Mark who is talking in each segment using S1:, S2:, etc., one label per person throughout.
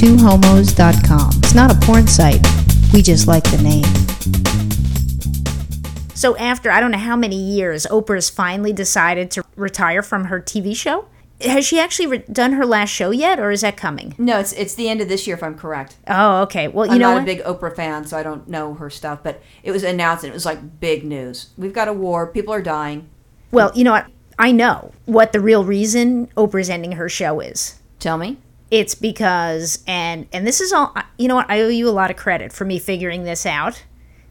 S1: twohomos.com. It's not a porn site. We just like the name.
S2: So after I don't know how many years, Oprah's finally decided to retire from her TV show. Has she actually re- done her last show yet, or is that coming?
S3: No, it's it's the end of this year, if I'm correct.
S2: Oh, okay. Well, you
S3: I'm
S2: know
S3: not
S2: what?
S3: a big Oprah fan, so I don't know her stuff. But it was announced, and it was like big news. We've got a war. People are dying.
S2: well, you know what? I know what the real reason Oprah's ending her show is.
S3: Tell me.
S2: It's because and and this is all you know what I owe you a lot of credit for me figuring this out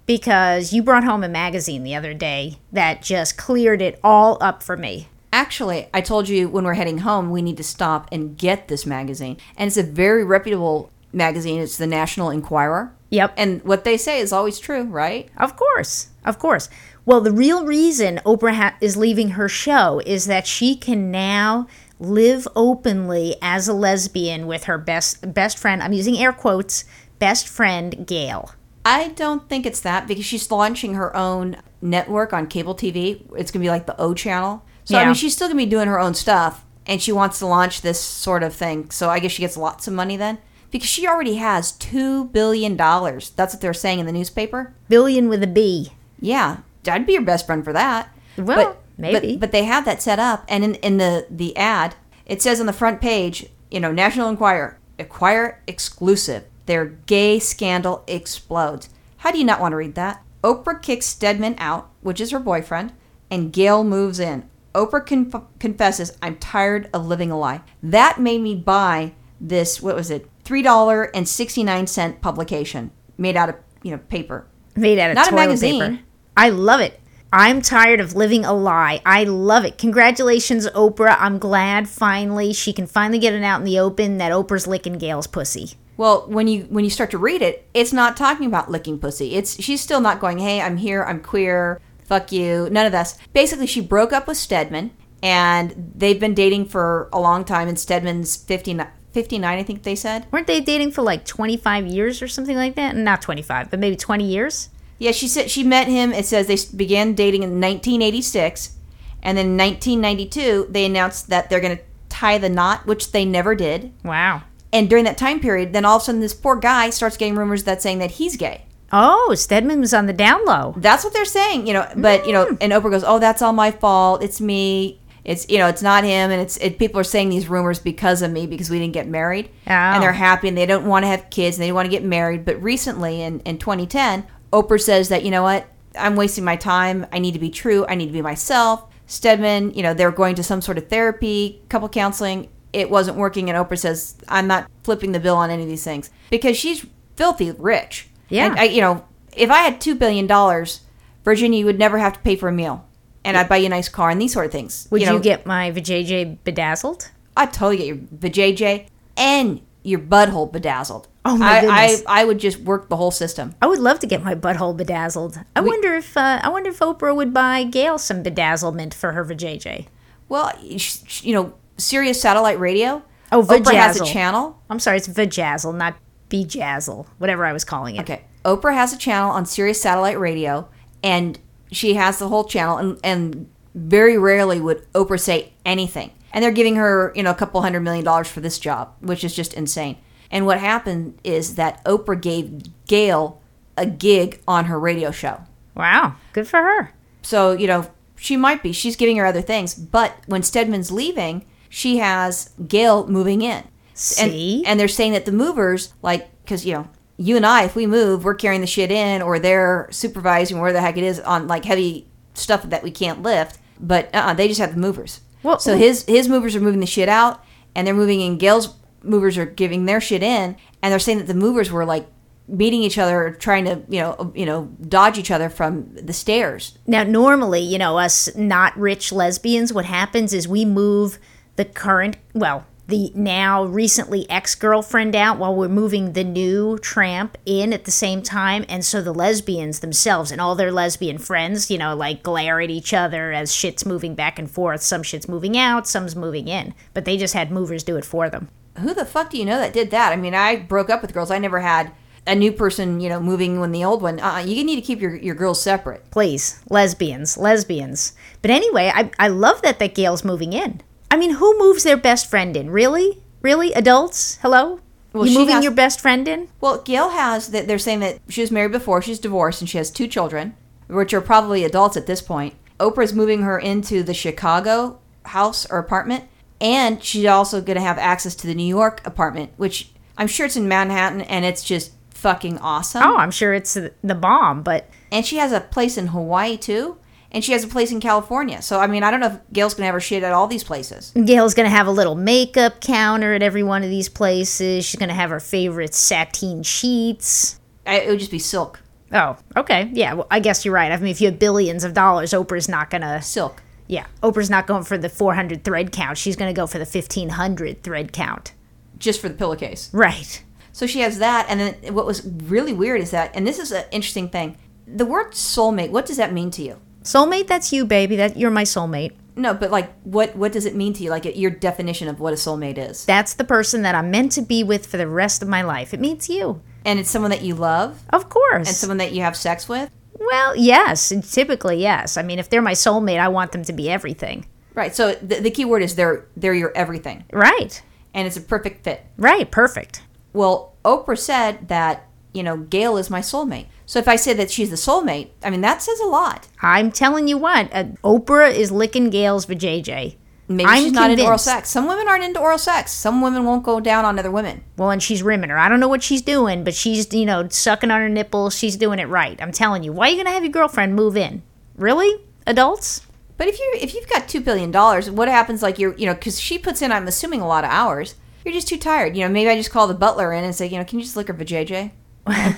S2: because you brought home a magazine the other day that just cleared it all up for me.
S3: Actually, I told you when we're heading home, we need to stop and get this magazine. And it's a very reputable magazine. It's the National Enquirer.
S2: Yep.
S3: And what they say is always true, right?
S2: Of course. Of course. Well, the real reason Oprah ha- is leaving her show is that she can now live openly as a lesbian with her best best friend. I'm using air quotes, best friend Gail.
S3: I don't think it's that because she's launching her own network on cable TV. It's going to be like the O channel. So, I
S2: Yeah.
S3: mean, she's still going to be doing her own stuff and she wants to launch this sort of thing. So, I guess she gets lots of money then because she already has $2 billion. That's what they're saying in the newspaper.
S2: Billion with a B.
S3: Yeah, I'd be your best friend for that.
S2: Well, maybe.
S3: But, but they have that set up, and in, in the the ad, it says on the front page, you know, National Enquirer, Enquirer exclusive. Their gay scandal explodes. How do you not want to read that? Oprah kicks Stedman out, which is her boyfriend, and Gail moves in. Oprah conf- confesses, "I'm tired of living a lie." That made me buy this. What was it? Three dollar and sixty nine cent publication made out of you know paper.
S2: Made out of
S3: Not a
S2: toilet
S3: magazine.
S2: paper. I love it. I'm tired of living a lie. I love it. Congratulations, Oprah. I'm glad finally she can finally get it out in the open that Oprah's licking Gail's pussy.
S3: Well, when you when you start to read it, it's not talking about licking pussy. It's she's still not going, "Hey, I'm here, I'm queer, fuck you." None of this. Basically, she broke up with Stedman, and they've been dating for a long time. And Stedman's 59, 59 I think they said.
S2: Weren't they dating for like 25 years or something like that? Not 25, but maybe 20 years?
S3: Yeah, she said she met him. It says they s- began dating in 1986, and then in 1992 they announced that they're going to tie the knot, which they never did.
S2: Wow.
S3: And during that time period, then all of a sudden this poor guy starts getting rumors that saying that he's gay.
S2: Oh, Stedman was on the down low.
S3: That's what they're saying, you know. But you know, and Oprah goes, "Oh, that's all my fault. It's me. It's you know, it's not him." And it's it, people are saying these rumors because of me because we didn't get married,
S2: Oh.
S3: and they're happy and they don't want to have kids and they want to get married. But recently, in in 2010, Oprah says that you know what, I'm wasting my time. I need to be true. I need to be myself. Stedman, you know, they're going to some sort of therapy, couple counseling. It wasn't working, and Oprah says, "I'm not flipping the bill on any of these things because she's filthy rich."
S2: Yeah.
S3: And I, you know, if I had two billion dollars, Virginia, you would never have to pay for a meal, and I'd buy you a nice car and these sort of things.
S2: Would you,
S3: know,
S2: get my vajayjay bedazzled?
S3: I totally get your vajayjay and your butthole bedazzled.
S2: Oh, my
S3: I,
S2: goodness.
S3: I I would just work the whole system.
S2: I would love to get my butthole bedazzled. I wonder if uh, I wonder if Oprah would buy Gail some bedazzlement for her vajayjay.
S3: Well, sh- sh- you know, Sirius Satellite Radio.
S2: Oh,
S3: Oprah has a
S2: vajazzle.
S3: channel.
S2: I'm sorry, it's vajazzle, not bejazzle, whatever I was calling it.
S3: Okay. Oprah has a channel on Sirius Satellite Radio, and she has the whole channel, and, and very rarely would Oprah say anything. And they're giving her, you know, a couple hundred million dollars for this job, which is just insane. And what happened is that Oprah gave Gail a gig on her radio show.
S2: Wow, good for her.
S3: So, you know, she might be. She's giving her other things. But when Stedman's leaving, she has Gail moving in. And-
S2: See?
S3: And, they're saying that the movers, like, because, you know, you and I, if we move, we're carrying the shit in or they're supervising where the heck it is on like heavy stuff that we can't lift. But uh-uh, they just have the movers.
S2: Well-
S3: so his his movers are moving the shit out and they're moving in. Gail's movers are giving their shit in. And they're saying that the movers were like beating each other, trying to, you know, you know, dodge each other from the stairs.
S2: Now, normally, you know, us not rich lesbians, what happens is we move the current, well, the now recently ex girlfriend out while we're moving the new tramp in at the same time. And so the lesbians themselves and all their lesbian friends, you know, like glare at each other as shit's moving back and forth. Some shit's moving out, some's moving in. But they just had movers do it for them.
S3: who the fuck do you know that did that? I mean, I broke up with girls. I never had a new person, you know, moving when the old one. Uh, you need to keep your, your girls separate.
S2: Please, lesbians, lesbians. But anyway, I, I love that that Gail's moving in. I mean, who moves their best friend in? Really? Really? Adults? Hello?
S3: Well,
S2: you
S3: she
S2: moving
S3: has-
S2: your best friend in?
S3: Well, Gail has that they're saying that she was married before, she's divorced, and she has two children, which are probably adults at this point. Oprah's moving her into the Chicago house or apartment, and she's also going to have access to the New York apartment, which I'm sure it's in Manhattan, and it's just fucking awesome.
S2: Oh, I'm sure it's the the bomb, but
S3: And she has a place in Hawaii too, and she has a place in California. So I mean, I don't know if Gail's going to have her shit at all these places.
S2: Gail's going to have a little makeup counter at every one of these places. She's going to have her favorite sateen sheets.
S3: I, it would just be silk,
S2: Oh, okay. Yeah, well, I guess you're right. I mean, if you have billions of dollars, Oprah's not going to.
S3: silk.
S2: Yeah, Oprah's not going for the 400 thread count. She's going to go for the 1500 thread count.
S3: Just for the pillowcase.
S2: Right.
S3: So she has that, and then what was really weird is that, and this is an interesting thing. The word soulmate, what does that mean to you?
S2: Soulmate, that's you, baby. That you're my soulmate.
S3: No, but like, what what does it mean to you? Like your definition of what a soulmate is,
S2: That's the person that I'm meant to be with for the rest of my life. It means you.
S3: and it's someone that you love
S2: Of course.
S3: and someone that you have sex with,
S2: well, yes, and typically yes. I mean, if they're my soulmate, I want them to be everything.
S3: right? So the, the key word is they're they're your everything,
S2: Right.
S3: and it's a perfect fit.
S2: Right, perfect.
S3: Well, Oprah said that you know Gail is my soulmate. So if I say that she's the soulmate, I mean that says a lot.
S2: I'm telling you what, uh, Oprah is licking Gail's vajayjay.
S3: Maybe
S2: I'm
S3: she's not into oral
S2: convinced.
S3: sex. Some women aren't into oral sex. Some women won't go down on other women.
S2: Well, and she's rimming her. I don't know what she's doing, but she's, you know, sucking on her nipples. She's doing it right. I'm telling you. Why are you going to have your girlfriend move in? Really? Adults?
S3: But if you if you've got two billion dollars, what happens? Like you're you know because she puts in I'm assuming a lot of hours. You're just too tired. You know maybe I just call the butler in and say you know can you just look her vajayjay? I'm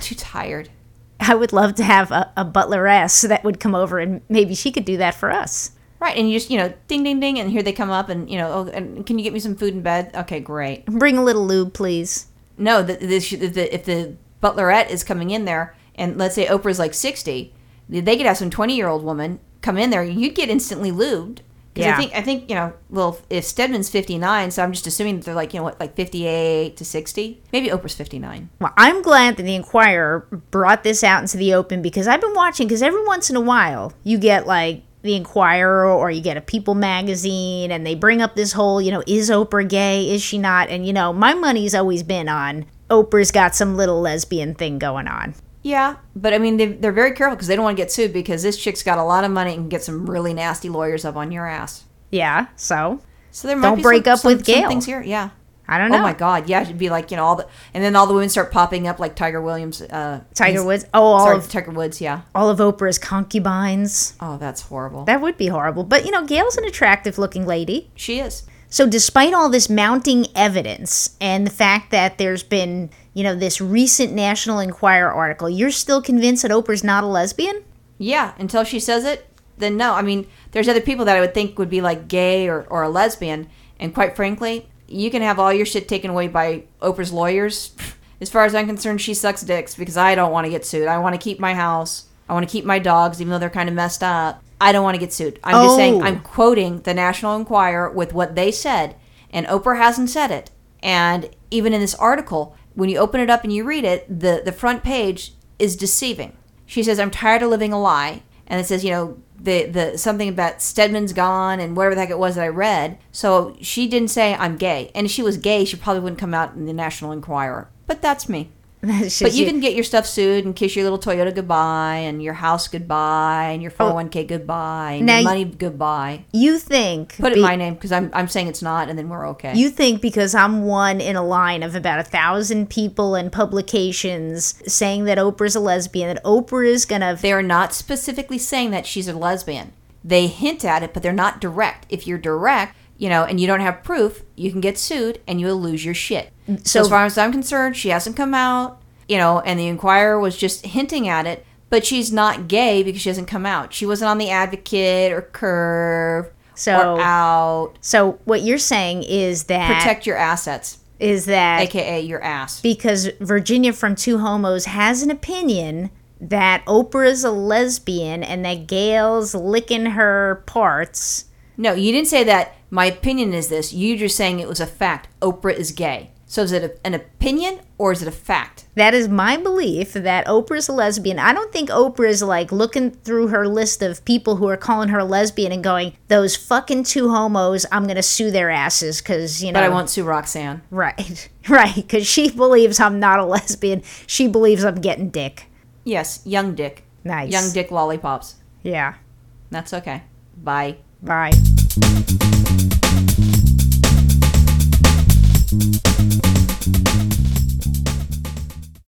S3: too tired.
S2: I would love to have a, a butleress that would come over and maybe she could do that for us.
S3: Right, and you just you know ding ding ding, and here they come up, and you know oh, and can you get me some food in bed? Okay, great.
S2: Bring a little lube, please.
S3: No, the, the, the, the, if the butlerette is coming in there, and let's say Oprah's like sixty, they could have some twenty year old woman come in there. You'd get instantly lubed. 'Cause
S2: Yeah.
S3: I think I think you know. Well, if Stedman's fifty nine, so I'm just assuming that they're like you know what, like fifty eight to sixty. Maybe Oprah's fifty nine.
S2: Well, I'm glad that the Inquirer brought this out into the open because I've been watching. Because every once in a while, you get like the Inquirer or you get a People magazine, and they bring up this whole, you know, is Oprah gay? Is she not? And you know, my money's always been on Oprah's got some little lesbian thing going on.
S3: Yeah, but I mean they, they're very careful because they don't want to get sued because this chick's got a lot of money and can get some really nasty lawyers up on your ass.
S2: Yeah, so
S3: So there might
S2: Don't
S3: be
S2: break
S3: some,
S2: up
S3: some-
S2: with
S3: some
S2: Gail.
S3: things here. Yeah.
S2: I don't know.
S3: Oh my God! Yeah, it'd be like you know all the, and then all the women start popping up like Tiger Williams. Uh,
S2: Tiger
S3: his-
S2: Woods. Oh, all
S3: Sorry,
S2: of
S3: Tiger Woods, yeah.
S2: all of Oprah's concubines.
S3: Oh, that's horrible.
S2: That would be horrible. But you know, Gail's an attractive-looking lady.
S3: she is.
S2: So, despite all this mounting evidence and the fact that there's been, you know, this recent National Enquirer article, you're still convinced that Oprah's not a lesbian?
S3: Yeah, until she says it, then no. I mean, there's other people that I would think would be like gay or, or a lesbian, and quite frankly, you can have all your shit taken away by Oprah's lawyers. As far as I'm concerned, she sucks dicks because I don't want to get sued. I want to keep my house. I want to keep my dogs, even though they're kind of messed up. I don't want to get sued. I'm just
S2: Oh.
S3: saying, I'm quoting the National Enquirer with what they said, and Oprah hasn't said it. And even in this article, when you open it up and you read it, the, the front page is deceiving. She says, I'm tired of living a lie. And it says, you know, the, the something about Stedman's gone and whatever the heck it was that I read. So she didn't say I'm gay. And if she was gay, she probably wouldn't come out in the National Enquirer. But that's me.
S2: That's
S3: But
S2: just
S3: you can get your stuff sued and kiss your little Toyota goodbye and your house goodbye and your 401k goodbye and
S2: Oh. Now
S3: your
S2: you-
S3: money goodbye.
S2: you think
S3: Put it
S2: be-
S3: in my name because I'm, I'm saying it's not and then we're okay.
S2: you think because I'm one in a line of about a thousand people and publications saying that Oprah's a lesbian, that Oprah is gonna
S3: they are not specifically saying that she's a lesbian. They hint at it, but they're not direct. If you're direct, you know, and you don't have proof, you can get sued and you'll lose your shit.
S2: Mm,
S3: So, as far as I'm concerned, she hasn't come out, you know, and the Inquirer was just hinting at it, but she's not gay because she hasn't come out. She wasn't on the Advocate or Curve
S2: So-
S3: or Out.
S2: so what you're saying is that is
S3: Protect your assets,
S2: that
S3: aka your ass.
S2: because Virginia from Two Homos has an opinion that Oprah's a lesbian and that Gail's licking her parts.
S3: No, you didn't say that. My opinion is this. You just saying it was a fact. Oprah is gay. So is it a, an opinion or is it a fact?
S2: That is my belief that Oprah's a lesbian. I don't think Oprah is like looking through her list of people who are calling her a lesbian and going, those fucking two homos, I'm going to sue their asses because, you know.
S3: But I won't sue Roxanne.
S2: Right. Right. Because she believes I'm not a lesbian. She believes I'm getting dick.
S3: Yes, young dick.
S2: Nice.
S3: Young dick lollipops.
S2: Yeah.
S3: That's okay. Bye.
S2: Bye.